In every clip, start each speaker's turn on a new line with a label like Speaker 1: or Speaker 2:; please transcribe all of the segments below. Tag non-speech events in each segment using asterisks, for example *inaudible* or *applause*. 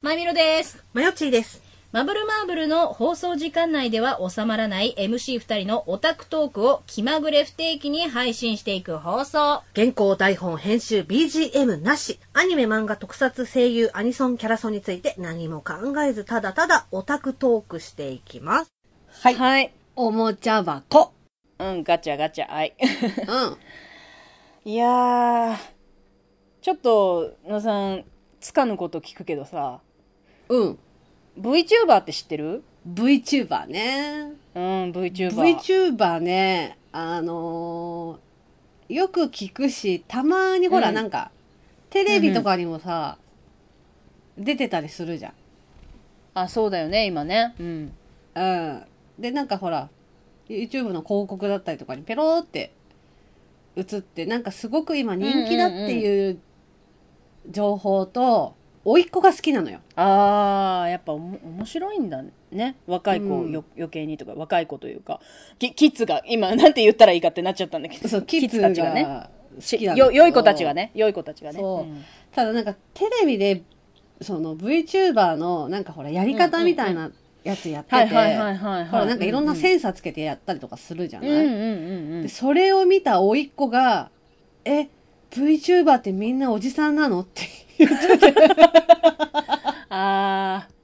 Speaker 1: まみろです。
Speaker 2: マヨッチーです。
Speaker 1: マブルマーブルの放送時間内では収まらない MC2 人のオタクトークを気まぐれ不定期に配信していく放送。
Speaker 2: 原稿、台本、編集、BGM なし。アニメ、漫画、特撮、声優、アニソン、キャラソンについて何も考えず、ただただオタクトークしていきます。
Speaker 3: はい。
Speaker 1: はい。
Speaker 3: おもちゃ箱。
Speaker 1: うん、ガチャガチャ、はい。
Speaker 3: うん。
Speaker 1: *laughs* いやー、ちょっと、野さん、つかぬこと聞くけどさ、
Speaker 3: うん。
Speaker 1: VTuber って知ってる
Speaker 3: VTuber ね。
Speaker 1: うん、VTuber。
Speaker 3: VTuber ね、あのーよく聞くし、たまにほら、
Speaker 1: うん
Speaker 3: なんか、テレビとかにもさ、出てたりするじゃん。
Speaker 1: あ、そうだよね、今ね。うん。
Speaker 3: うん。で、なんかほら、YouTube の広告だったりとかにペローって映って、なんかすごく今人気だっていう情報と、甥っ子が好きなのよ。
Speaker 1: あーやっぱおも面白いんだね若い子をよ、余計にとか若い子というかキキッズが今なんて言ったらいいかってなっちゃったんだけど
Speaker 3: *laughs* そう、キッズ
Speaker 1: たちがね
Speaker 3: が好きなんだけど
Speaker 1: よ良い子たちがね良い子たちがね
Speaker 3: そうんただなんかテレビでその VTuber のなんかほらやり方みたいなやつやって
Speaker 1: はい
Speaker 3: て
Speaker 1: はいはいはい
Speaker 3: ほ
Speaker 1: は
Speaker 3: ら
Speaker 1: い
Speaker 3: なんかいろんなセンサーつけてやったりとかするじゃ
Speaker 1: う
Speaker 3: ない、
Speaker 1: んうんうんうん
Speaker 3: でそれを見た甥っ子が「え VTuber ってみんなおじさんな
Speaker 1: *laughs*
Speaker 3: の?」って言って
Speaker 1: あー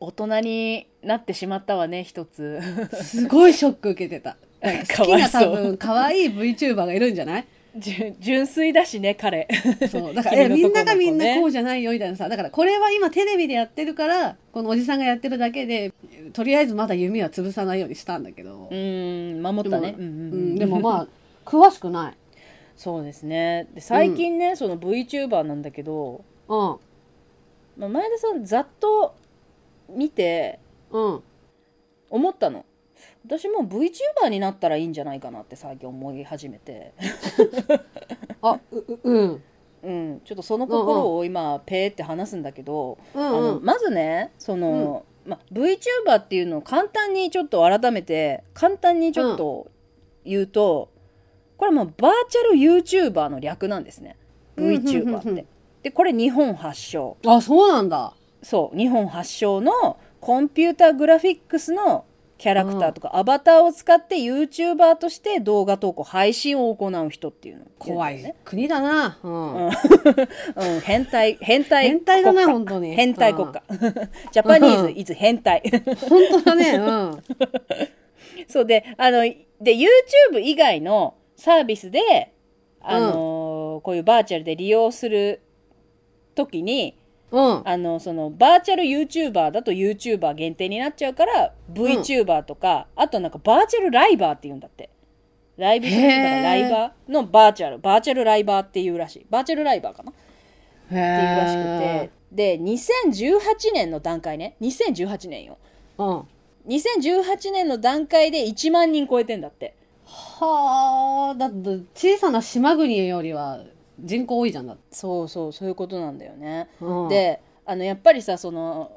Speaker 1: 大人になってしまったわね一つ
Speaker 3: すごいショック受けてたなんか好きな
Speaker 1: かわい
Speaker 3: 多
Speaker 1: そう
Speaker 3: 分可愛い VTuber がいるんじゃない
Speaker 1: 純純粋だしね彼 *laughs*
Speaker 3: そうだから、
Speaker 1: 君
Speaker 3: え
Speaker 1: の
Speaker 3: みんな
Speaker 1: とこの子
Speaker 3: がみんな
Speaker 1: ね
Speaker 3: こうじゃないよみたいなさだからこれは今テレビでやってるからこのおじさんがやってるだけでとりあえずまだ弓は潰さないようにしたんだけど
Speaker 1: *laughs* う、ーん守ったね
Speaker 3: でも,、
Speaker 1: うん
Speaker 3: う
Speaker 1: うんうん
Speaker 3: ん、でもまあ詳しくない、
Speaker 1: そうですねで最近ね、その VTuber なんだけど、
Speaker 3: うん
Speaker 1: まあ、前田さんざっと見て
Speaker 3: うん、
Speaker 1: 思ったの私も VTuber になったらいいんじゃないかなって最近思い始めて *laughs*
Speaker 3: あうううん
Speaker 1: うんちょっとその心を今ペーって話すんだけど、
Speaker 3: うん
Speaker 1: あ
Speaker 3: う
Speaker 1: の
Speaker 3: ん
Speaker 1: まずねその、ま、VTuber っていうのを簡単にちょっと改めて簡単にちょっと言うと、これはもうバーチャル YouTuber の略なんですね
Speaker 3: うんうんうんうん
Speaker 1: VTuber って。でこれ日本発祥
Speaker 3: あそうなんだ
Speaker 1: そう日本発祥のコンピューターグラフィックスのキャラクターとかアバターを使って YouTuber として動画投稿配信を行う人っていうの
Speaker 3: 怖い、
Speaker 1: ね、
Speaker 3: 国だな、うん
Speaker 1: うんうん、変
Speaker 3: *laughs*
Speaker 1: 態変態
Speaker 3: 変態だな
Speaker 1: 国家
Speaker 3: 本当に
Speaker 1: 変態国家ジャパニ
Speaker 3: *laughs*
Speaker 1: ーズいつ変態 *laughs*
Speaker 3: 本当だねうん
Speaker 1: そうであので YouTube 以外のサービスであのーこういうバーチャルで利用する時に *laughs*
Speaker 3: うん
Speaker 1: あの、その、バーチャル YouTuber だと YouTuber 限定になっちゃうから、VTuber とか、あとなんかバーチャルライバーって言うんだって。ライブしてるからライバーのバーチャル、バーチャルライバーっていうらしい。バーチャルライバーかなって
Speaker 3: へ
Speaker 1: いうらしくて。で、2018年の段階ね。2018年よ。
Speaker 3: うんは
Speaker 1: 2018年の段階で1万人超えてんだって。
Speaker 3: あだって小さな島国よりは人口多いじゃんだって、
Speaker 1: そうそう、そういうことなんだよね。
Speaker 3: うん、
Speaker 1: であのやっぱりさその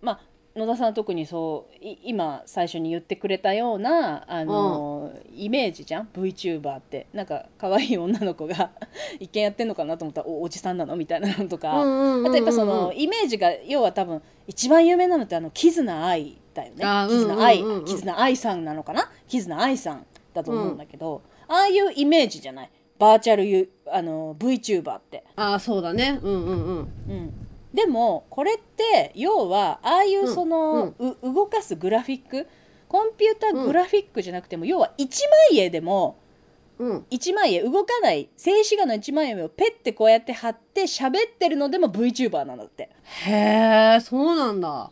Speaker 1: うまあ野田さんは特にそうい今最初に言ってくれたようなあの、イメージじゃん VTuber ってなんか可愛い女の子が *laughs* 一見やってんのかなと思ったらおおじさんなのみたいなのと
Speaker 3: うん
Speaker 1: か、
Speaker 3: うんうんうんうん
Speaker 1: あとやっぱそのイメージが要は多分一番有名なのってあのキズナアイだよね
Speaker 3: あー
Speaker 1: キズナアイ、
Speaker 3: うんうんうんうん
Speaker 1: キズナアイさんなのかなキズナアイさんだと思うんだけど、ああいうイメージじゃないバーチャルユあの VTuber って。
Speaker 3: ああそうだねうんうんうん
Speaker 1: うん、でもこれって要はああいう
Speaker 3: うん
Speaker 1: その、う動かすグラフィックコンピューターグラフィックじゃなくても、要は一枚絵でも
Speaker 3: うん
Speaker 1: 一枚絵動かない静止画の一枚絵をペッてこうやって貼って喋ってるのでも VTuber なんだって。
Speaker 3: へえそうなんだ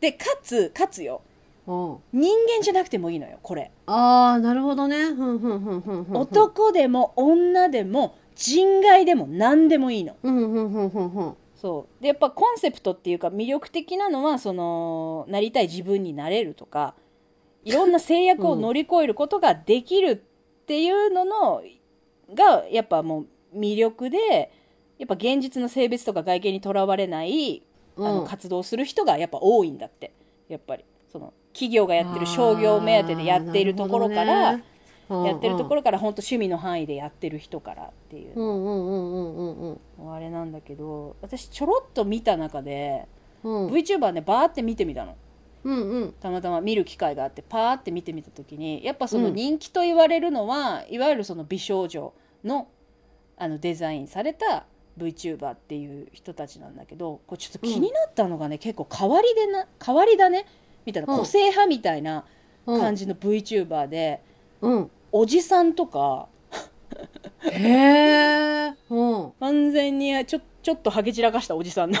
Speaker 1: でかつかつよ
Speaker 3: うん
Speaker 1: 人間じゃなくてもいいのよこれ。
Speaker 3: ああ、なるほどね。ふんふんふんふんふん。。
Speaker 1: 男でも女でも人外でも何でもいいの。
Speaker 3: うんふんふんふんふん。
Speaker 1: そうでやっぱコンセプトっていうか魅力的なのはそのなりたい自分になれるとかいろんな制約を乗り越えることができるっていうのの、がやっぱもう魅力でやっぱ現実の性別とか外見にとらわれない、あの
Speaker 3: うん
Speaker 1: 活動する人がやっぱ多いんだってやっぱりその企業がやってる商業目当てでやっているところから、やってるとこ
Speaker 3: ろ。
Speaker 1: ろから本当趣味の範囲でやってる人からっていう
Speaker 3: うんうんうんうんうんうん。
Speaker 1: あれなんだけど私ちょろっと見た中で
Speaker 3: うん
Speaker 1: VTuber ねバーって見てみたの
Speaker 3: うんうん
Speaker 1: たまたま見る機会があってパーって見てみた時にやっぱその
Speaker 3: うん
Speaker 1: 人気と言われるのは、いわゆるその美少女のあのデザインされた VTuber っていう人たちなんだけどこれちょっと気になったのがね、結構変わりでな変わりだねみたいな、
Speaker 3: うん
Speaker 1: 個性派みたいな
Speaker 3: うん
Speaker 1: 感じの VTuber で、
Speaker 3: うん
Speaker 1: おじさんとか
Speaker 3: へえうん
Speaker 1: 完全にちょちょっとハゲ散らかしたおじさんの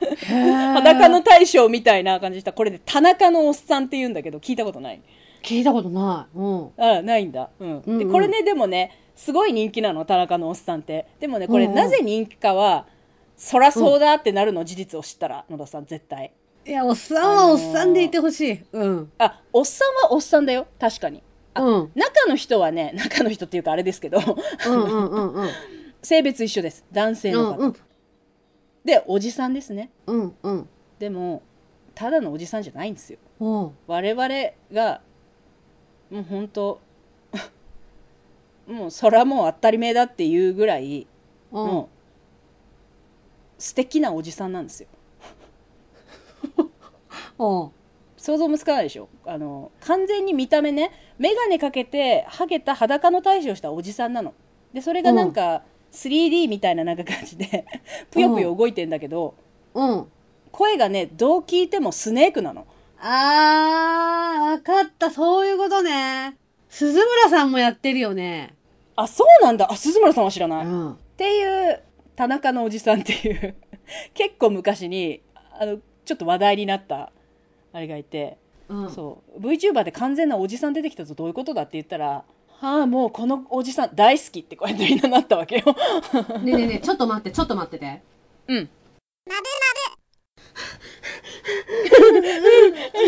Speaker 3: へー
Speaker 1: 裸の大将みたいな感じしたこれで田中のおっさんって言うんだけど聞いたことない
Speaker 3: 聞いたことないうん
Speaker 1: あないんだ、うん
Speaker 3: うんう
Speaker 1: で
Speaker 3: ん
Speaker 1: これねでもねすごい人気なの田中のおっさんってでもねこれ
Speaker 3: うんうん
Speaker 1: なぜ人気かは、そらそうだってなるの事実を知ったら野田さん絶対
Speaker 3: いやおっさんはおっさんでいてほしいうん
Speaker 1: あおっさんはおっさんだよ確かにあ
Speaker 3: うん
Speaker 1: 中の人はね中の人っていうかあれですけど *laughs*
Speaker 3: うんうんうんうん
Speaker 1: 性別一緒 *laughs* です男性の方、
Speaker 3: うん
Speaker 1: でおじさんですね
Speaker 3: うんうん
Speaker 1: でもただのおじさんじゃないんですよ
Speaker 3: うん
Speaker 1: 我々がもう本当 *laughs* もうそらもう当たり前だっていうぐらい
Speaker 3: うん
Speaker 1: もう素敵なおじさんなんですよ
Speaker 3: うん
Speaker 1: 想像もつかないでしょあの完全に見た目ね眼鏡かけてハゲた裸の大将したおじさんなのでそれがなんか 3D みたいななんか感じで *laughs* ぷよぷよ動いてんだけど
Speaker 3: うん
Speaker 1: 声がねどう聞いてもスネークなの
Speaker 3: あー、わかった。そういうことね。鈴村さんもやってるよね。
Speaker 1: あそうなんだあ鈴村さんは知ら
Speaker 3: う
Speaker 1: ない、っ
Speaker 3: ん。
Speaker 1: ていう田中のおじさんっていう *laughs* 結構昔にあのちょっと話題になったあれがいて
Speaker 3: うん。
Speaker 1: そう VTuber で完全なおじさん出てきたぞどういうことだって言ったら「はあもうこのおじさん大好き」ってこうやってみんななったわけよ
Speaker 3: ねえねえねえ、ちょっと待って、ちょっと待ってて。
Speaker 1: うん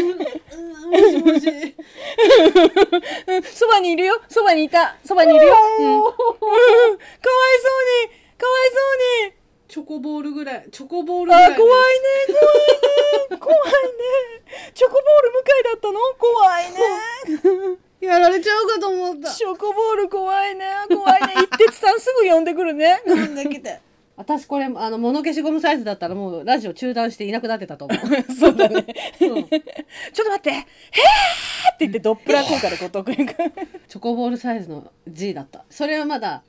Speaker 3: もしもし。
Speaker 1: そばにいるよそばにいたそばにいるよ、うん、かわいそうにかわいそうに
Speaker 3: チョコボールぐらい。チョコボールぐら
Speaker 1: あ
Speaker 3: い。
Speaker 1: ー怖いね怖いね怖いねチョコボール向かいだったの怖いね
Speaker 3: やられちゃうかと思った。
Speaker 1: チョコボール怖いね怖いね一徹さんすぐ呼んでくるね *laughs* 呼んできて
Speaker 3: 私これ、あの、物消しゴムサイズだったらもうラジオ中断していなくなってたと *laughs* 思う。
Speaker 1: そうだね
Speaker 3: うん
Speaker 1: ちょっと待って「へーって言ってドップラー効果でこう遠くに行く
Speaker 3: チョコボールサイズの G だった。それはまだ、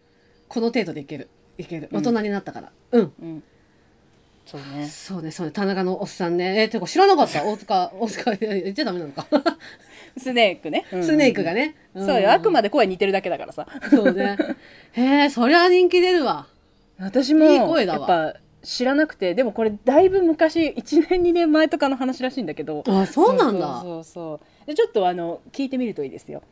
Speaker 3: この程度でいける。いける。大人になったから。うん
Speaker 1: うんそうね
Speaker 3: そうね、そうね、田中のおっさんね。え、てか知らな
Speaker 1: *laughs*
Speaker 3: かった。大塚、大塚、いや言っちゃダメなのか。
Speaker 1: スネークね。
Speaker 3: スネーク
Speaker 1: が。
Speaker 3: がね。
Speaker 1: そうよ、あくま
Speaker 3: で。
Speaker 1: で声似てるだけだからさ。
Speaker 3: そうね。へえ、そりゃ人気出るわ。
Speaker 1: 私も、
Speaker 3: いい声だ
Speaker 1: やっ
Speaker 3: わ
Speaker 1: ぱ、知らなくて、でもこれだいぶ昔、1年2年前とかの話らしいんだけど。
Speaker 3: あ、そうなんだ。
Speaker 1: そうそうそうで、ちょっとあの、聞いてみるといいですよ。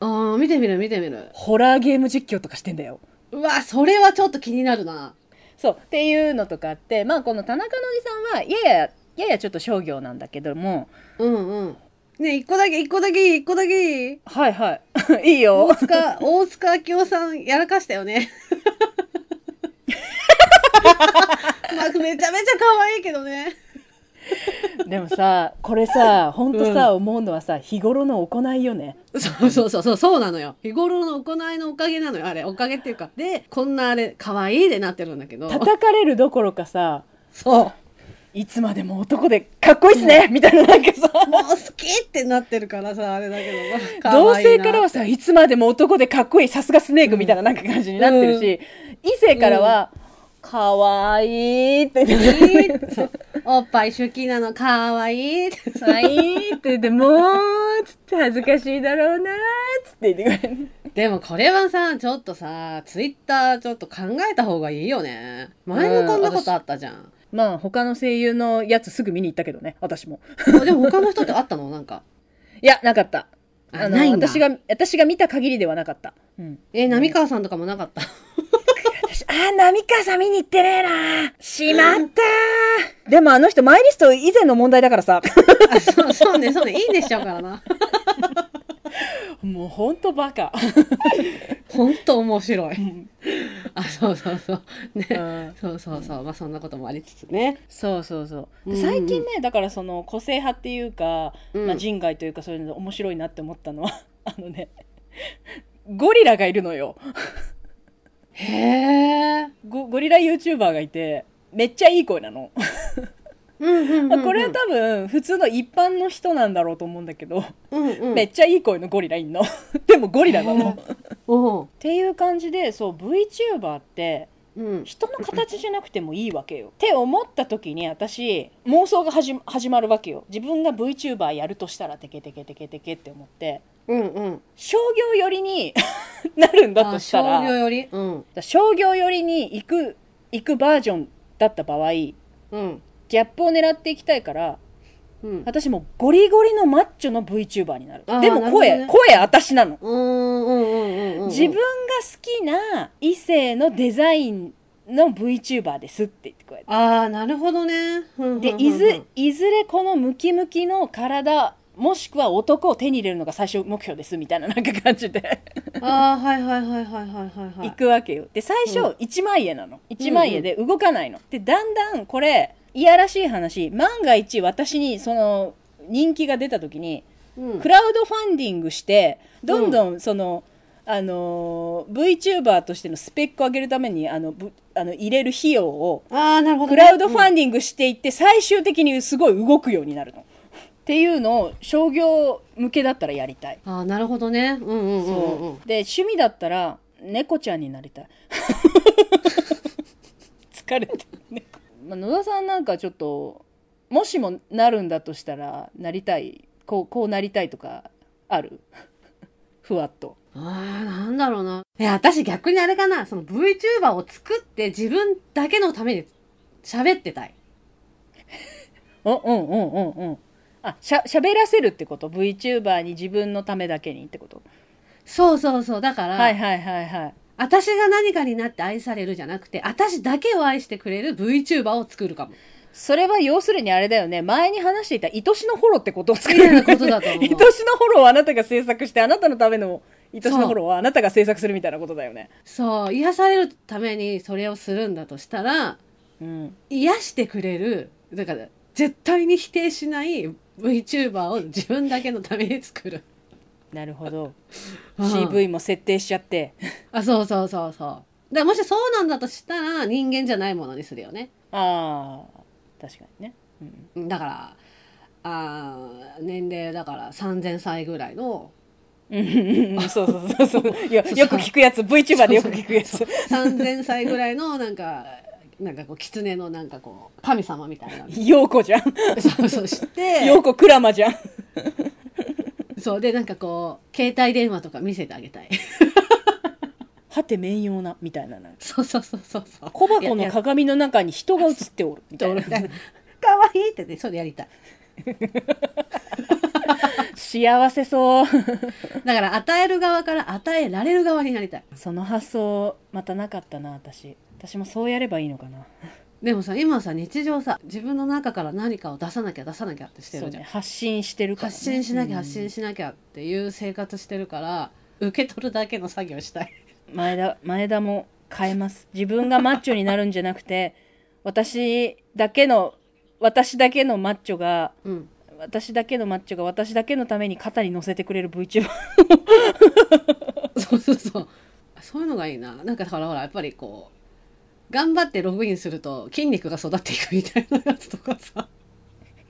Speaker 3: うん、見てみる、見てみる。
Speaker 1: ホラーゲーム実況とかしてんだよ。
Speaker 3: うわ、それはちょっと気になるな。
Speaker 1: そう、っていうのとかあって、まあこの田中のおじさんは、やや、ややちょっと商業なんだけども、
Speaker 3: うんうん。ね、一個だけ、一個だけいい、一個だけいい。
Speaker 1: はいはい。 *laughs* いいよ
Speaker 3: 大。塚、大塚明夫さんやらかした
Speaker 1: *laughs*
Speaker 3: よね。まあ、めちゃめちゃ可愛いけどね。
Speaker 1: でもさ、これさ、ほんとさ、思うのはさ、日頃の行いよね。
Speaker 3: そうそうそうそう、そうなのよ。日頃の行いのおかげなのよ、あれ。おかげっていうか。で、こんなあれ、可愛いでなってるんだけど。
Speaker 1: 叩かれるどころかさ、
Speaker 3: そう。
Speaker 1: いつまでも男でかっこいいっすね、みたいななんか *laughs* さ
Speaker 3: もう好きってなってるからさ、あれだけど。
Speaker 1: 同性からは
Speaker 3: さ、
Speaker 1: さいつまでも男でかっこいいさすがスネークみたいななんか感じになってるし、異性からは、かわいいって言
Speaker 3: い
Speaker 1: って
Speaker 3: いってそうおっぱい好きなの可愛いって。
Speaker 1: かわいいって言ってもうつって恥ずかしいだろうなつって言ってくれる
Speaker 3: でもこれはさ、ちょっとさ、ツイッターちょっと考えた方がいいよね。前もこんなことあったじゃん。
Speaker 1: まあ他の声優のやつすぐ見に行ったけどね私も
Speaker 3: あでも他の人ってあったのなんか。
Speaker 1: いやなかった
Speaker 3: あないんだ
Speaker 1: 私が私が見た限りではなかった、うん、
Speaker 3: え、波川さんとかもなかった。
Speaker 1: 私、あー、波川さん見に行ってねえなしまったー。 *laughs* でもあの人、マイリスト以前の問題だからさ。
Speaker 3: あそうそうね、そうね、いいねしちゃうからな。
Speaker 1: *laughs* もうほんとバカ。
Speaker 3: ほんと面白い。 *laughs* あ、そうそうそう。ね。
Speaker 1: うん
Speaker 3: そうそうそう。まあそんなこともありつつね。
Speaker 1: そうそうそう。
Speaker 3: うんう
Speaker 1: で
Speaker 3: ん
Speaker 1: 最近ね、だからその個性派っていうか、
Speaker 3: うん
Speaker 1: まあ、人外というかそういうの面白いなって思ったのは、 *laughs* あのね、ゴリラがいるのよ。
Speaker 3: へえ。
Speaker 1: ゴゴリラ YouTuber がいて、めっちゃいい声なの。まあこれは多分普通の一般の人なんだろうと思うんだけど、
Speaker 3: うんうん、
Speaker 1: めっちゃいい声のゴリラいんの *laughs* でもゴリラなの。っ
Speaker 3: おう
Speaker 1: ていう感じでそう VTuber って
Speaker 3: うん、
Speaker 1: 人の形じゃなくてもいいわけよ。って思った時に私妄想が始ま始まるわけよ。自分が VTuber やるとしたらテケテケテケテケって思って
Speaker 3: うんうん
Speaker 1: 商業寄りに *laughs* なるんだとした
Speaker 3: あ
Speaker 1: ら
Speaker 3: 商業よりうん
Speaker 1: 商業寄りに行く行くバージョンだった場合ギ
Speaker 3: うん
Speaker 1: ャップを狙っていきたいから
Speaker 3: うん
Speaker 1: 私もうゴリゴリのマッチョの VTuber になる
Speaker 3: あー
Speaker 1: でも声、
Speaker 3: なるほ
Speaker 1: 声私なの、
Speaker 3: うんうんうんうんうん
Speaker 1: 自分が好きな異性のデザインの VTuber ですって言ってこうやって
Speaker 3: ああなるほどね
Speaker 1: でいずいずれこのムキムキの体もしくは男を手に入れるのが最終目標ですみたいななんか感じで
Speaker 3: ああはいはいはいはいはいはいは
Speaker 1: 行
Speaker 3: い
Speaker 1: くわけよで最初
Speaker 3: うん
Speaker 1: 1万円なの1万円で動かないのでだんだんこれいやらしい話万が一私にその人気が出た時に
Speaker 3: うん
Speaker 1: クラウドファンディングしてどんどんその、あのー VTuber としてのスペックを上げるためにあのぶあの入れる費用を
Speaker 3: ああなるほど
Speaker 1: ク
Speaker 3: ね
Speaker 1: ラウドファンディングしていって最終的にすごい動くようになるの。っていうのを商業向けだったらやりたい。
Speaker 3: うんああなるほどねうんうんうんうんうん
Speaker 1: そうで趣味だったら猫ちゃんになりたい *laughs* 疲れてるね、まあ、野田さんなんかちょっともしもなるんだとしたらなりたいこうこうなりたいとかある *laughs* ふわっと
Speaker 3: ああ、なんだろうな。え、私逆にあれかな、その VTuber を作って自分だけのために喋ってたい。
Speaker 1: おうんうんうんうんあしゃ喋らせるってこと VTuber に自分のためだけにってこと
Speaker 3: そうそうそう。だから、
Speaker 1: はいはいはいはい
Speaker 3: 私が何かになって愛されるじゃなくて、私だけを愛してくれる VTuber を作るかも。
Speaker 1: それは要するにあれだよね前に話していた愛しのフォローってことを作
Speaker 3: み
Speaker 1: る
Speaker 3: たいなことだと思
Speaker 1: *laughs* 愛しのフ。ォ
Speaker 3: う
Speaker 1: ローをあなたが制作してあなたのための愛しのフォローはあなたが制作するみたいなことだよね。
Speaker 3: そう、癒されるためにそれをするんだとしたら、
Speaker 1: うん、
Speaker 3: 癒してくれる、だから、絶対に否定しない VTuber を自分だけのために作る。
Speaker 1: なるほど
Speaker 3: うん
Speaker 1: CV も設定しちゃって
Speaker 3: あ、そうそうそうそう。だからもしそうなんだとしたら、人間じゃないものにするよね。
Speaker 1: ああ確かにね、うん、
Speaker 3: うんだから、あー年齢だから3000歳ぐらいの、
Speaker 1: うんうんそうそうそ
Speaker 3: *laughs*
Speaker 1: うそういやよく聞くやつ VTuber でよく聞くやつ
Speaker 3: 3000歳ぐらいの、なんか、なんかこう、狐のなんかこう、神様みたいな。
Speaker 1: 陽子じゃん
Speaker 3: そうそうして、
Speaker 1: 陽子クラマじゃん
Speaker 3: そうで、なんかこう、携帯電話とか見せてあげたい。 *laughs*
Speaker 1: はて面用なみたいななんか
Speaker 3: そうそうそうそうそう。
Speaker 1: 小箱
Speaker 3: いや
Speaker 1: の
Speaker 3: いや
Speaker 1: 鏡の中に人が映っておるみたいな
Speaker 3: みたいな。かわいいってね、それやりたい。
Speaker 1: 幸せそう
Speaker 3: だから、与える側から与えられる側になりたい。
Speaker 1: その発想またなかったな私私もそうやればいいのかな
Speaker 3: でもさ、今さ、日常さ、自分の中から何かを出さなきゃ出さなきゃってして
Speaker 1: そう
Speaker 3: るじゃん
Speaker 1: ね。発信してるから、ね、
Speaker 3: 発信しなきゃ発
Speaker 1: うん
Speaker 3: 信しなきゃっていう生活してるから、受け取るだけの作業したい。
Speaker 1: 前田前田も変えます自分がマッチョになるんじゃなくて私だけの私だけのマッチョが
Speaker 3: うん。
Speaker 1: 私だけのマッチョが私だけのために肩に乗せてくれる VTuber
Speaker 3: *laughs* そうそうそう。そういうのがいいな。なんかだからほら、やっぱりこう、頑張ってログインすると筋肉が育っていくみたいなやつとかさ。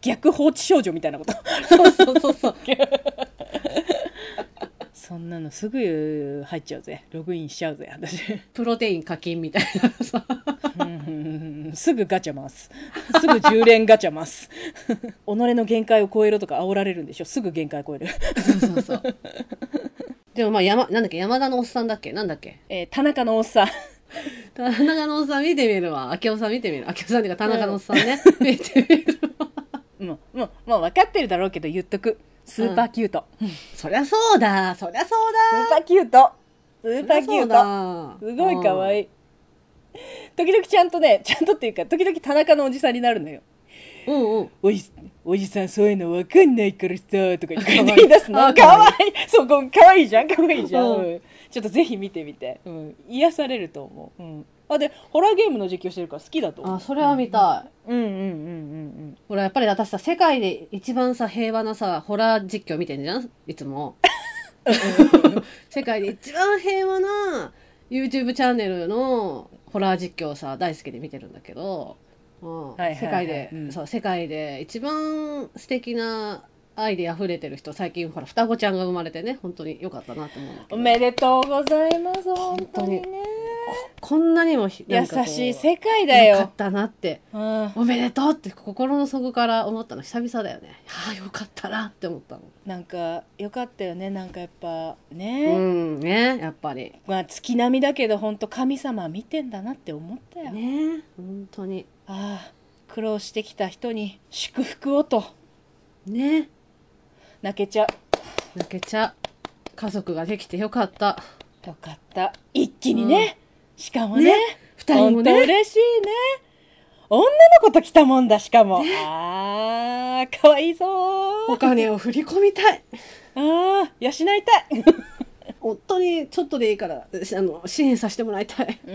Speaker 1: 逆放置少女みたいなこと
Speaker 3: そうそうそうそう。
Speaker 1: そんなのすぐ入っちゃうぜログインしちゃうぜ私
Speaker 3: *laughs* プロテイン課金みたいなさ。
Speaker 1: うんうんうんすぐガチャ回すすぐ10連ガチャ回す己の限界を超えろとか煽られるんでしょすぐ限界超える、
Speaker 3: そうそうそう。でもまあ山、なんだっけ、山田のおっさんだっけなんだっけ
Speaker 1: えー田中のおっさん
Speaker 3: 田中のおっさん見てみるわ。明夫さん見てみる。明夫さんっていうか田中のおっさんね。見てみるわ。
Speaker 1: もうもうもう分かってるだろうけど言っとくスーパーキュート、
Speaker 3: そりゃそうだ。そりゃそうだ。 *laughs*
Speaker 1: スーパーキュートスーパーキュ
Speaker 3: そう
Speaker 1: ート
Speaker 3: だ
Speaker 1: すごい可愛
Speaker 3: い。
Speaker 1: い時々ちゃんとねちゃんとっていうか時々田中のおじさんになるのよ
Speaker 3: うんうん。
Speaker 1: おじおじさんそういうの分かんないからさとか言って
Speaker 3: 可愛い
Speaker 1: 言い出すの
Speaker 3: あ
Speaker 1: 可愛いそうこう可愛いじゃん可愛いじゃん、
Speaker 3: うん
Speaker 1: うんちょっとぜひ見てみて、うん、癒されると思う、うん、あでホラーゲームの実況してるから好きだと思
Speaker 3: あ、
Speaker 1: う
Speaker 3: それは見たい。
Speaker 1: うんうんうんうん
Speaker 3: ほら、やっぱり私さ、世界で一番さ、平和なさ、ホラー実況見てんじゃんいつも。 *laughs* 世界で一番平和な YouTube チャンネルのホラー実況をさ、大好きで見てるんだけど、うん
Speaker 1: はいはいはい
Speaker 3: 世界で、
Speaker 1: うん
Speaker 3: そう世界で一番素敵な愛で溢れてる人最近ほら双子ちゃんが生まれてね本当に良かったなと思うんだけ
Speaker 1: お
Speaker 3: ど
Speaker 1: めでとうございます本当
Speaker 3: 当
Speaker 1: に
Speaker 3: に
Speaker 1: ね
Speaker 3: こんなにもひなん
Speaker 1: 優
Speaker 3: かこう
Speaker 1: しい世界だ
Speaker 3: 良か
Speaker 1: よ
Speaker 3: っ、たなって
Speaker 1: うん、
Speaker 3: おめでとうって心の底から思ったの久々だよねああよかったなって思ったの
Speaker 1: なんかよかったよねなんかやっぱ
Speaker 3: う
Speaker 1: ね、
Speaker 3: んねやっぱり
Speaker 1: まあ月並みだけど本当神様見てんだなって思ったよ、
Speaker 3: ね本当に
Speaker 1: ああ苦労してきた人に祝福をと
Speaker 3: ね
Speaker 1: 泣けちゃ
Speaker 3: 泣けちゃう家族ができてよかった
Speaker 1: うよかった一気にね、しかもね
Speaker 3: ね二人も
Speaker 1: 本当
Speaker 3: ね
Speaker 1: 嬉しいね女の子と来たもんだしかも、ああかわいそう
Speaker 3: お金を振り込みたい
Speaker 1: ああ養いたい
Speaker 3: 夫にちょっとでいいからあの支援させてもらいたい
Speaker 1: うん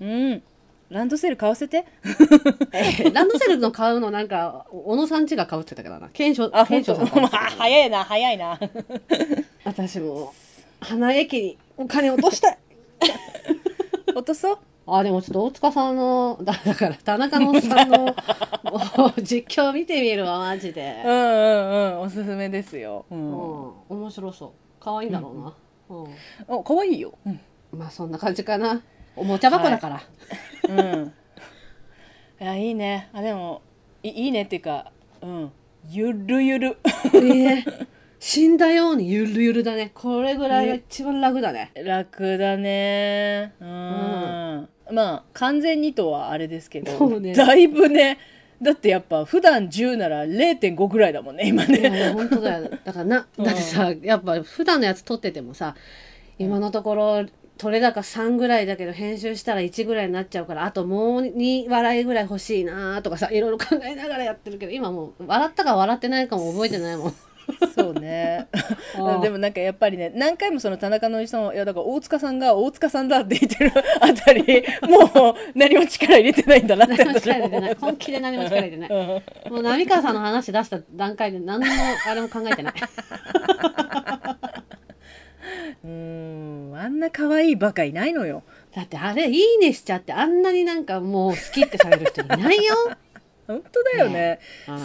Speaker 1: うんランドセル買わせて
Speaker 3: ランドセルの買うのなんか小野さんちが買うって言ってたからな賢章
Speaker 1: あ
Speaker 3: 賢
Speaker 1: 本当
Speaker 3: 章さん
Speaker 1: まあ
Speaker 3: か
Speaker 1: *laughs*
Speaker 3: ら
Speaker 1: 早いな早いな
Speaker 3: 私も花駅にお金落としたい
Speaker 1: *laughs* 落とそう
Speaker 3: あでもちょっと大塚さんの *laughs* だだから田中のおっさんの *laughs* もう実況見てみるわマジで
Speaker 1: う、んうんうんおすすめですよ、う
Speaker 3: うん
Speaker 1: ん、
Speaker 3: 面白そう可愛いんだろうな、うん
Speaker 1: お可愛いようん、
Speaker 3: まあそんな感じかなおもちゃ箱だから、
Speaker 1: うん、 *laughs* いやいいねあでもいいいねっていうかうんゆるゆる *laughs*
Speaker 3: いいね死んだようにゆるゆるだねこれぐらいが一番楽だね
Speaker 1: 楽だねうん、まあ完全にとはあれですけ
Speaker 3: そ
Speaker 1: ど、
Speaker 3: うね
Speaker 1: だいぶねだってやっぱ普段10なら0.5ぐらいだもんね今
Speaker 3: いやい
Speaker 1: ね
Speaker 3: や本当だよだからなだってさやっぱ普段のやつ撮っててもさ今のところ撮れ高3ぐらいだけど編集したら1ぐらいになっちゃうからあともう2笑いぐらい欲しいなとかさいろいろ考えながらやってるけど今もう笑ったか笑ってないかも覚えてないもん
Speaker 1: そう *laughs* ね
Speaker 3: あー
Speaker 1: でもなんかやっぱりね何回もその田中のおじさんをいやだから大塚さんが大塚さんだって言ってるあたりもう何も力入れてないんだなって
Speaker 3: 何も
Speaker 1: 私
Speaker 3: 力
Speaker 1: は
Speaker 3: 入
Speaker 1: 思
Speaker 3: れ
Speaker 1: う *laughs*
Speaker 3: てない本気で何も力入れてない
Speaker 1: うん
Speaker 3: もう浪川さんの話出した段階で何もあれも考
Speaker 1: *laughs*
Speaker 3: えてない
Speaker 1: うーんあんな可愛いバカいないのよ。
Speaker 3: だってあれいいねしちゃってあんなになんかもう好きってされる人いない
Speaker 1: *laughs*
Speaker 3: よ、
Speaker 1: 本当だよね
Speaker 3: ね。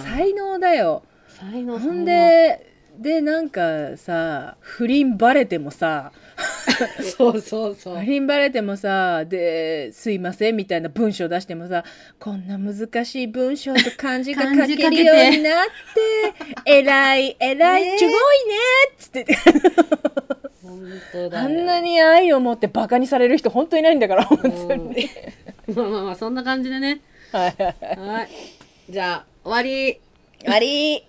Speaker 1: 才能だよ。
Speaker 3: 才能
Speaker 1: ほ
Speaker 3: 才能
Speaker 1: んで、で、なんかさ、不倫バレてもさ、
Speaker 3: *laughs* そうそうそう
Speaker 1: 不倫バレてもさ、で、すいませんみたいな文章出してもさ、こんな難しい文章と漢字が書
Speaker 3: 漢字
Speaker 1: け
Speaker 3: 書
Speaker 1: る
Speaker 3: けて
Speaker 1: ようになって、偉い、偉い、
Speaker 3: ねえ
Speaker 1: すごいねっつって、
Speaker 3: 本当だよ
Speaker 1: あんなに愛を持ってバカにされる人本当いないんだから、本当に。
Speaker 3: まあまあまあそんな感じでね
Speaker 1: はいはいはい
Speaker 3: はいじゃあ終わり
Speaker 1: 終わり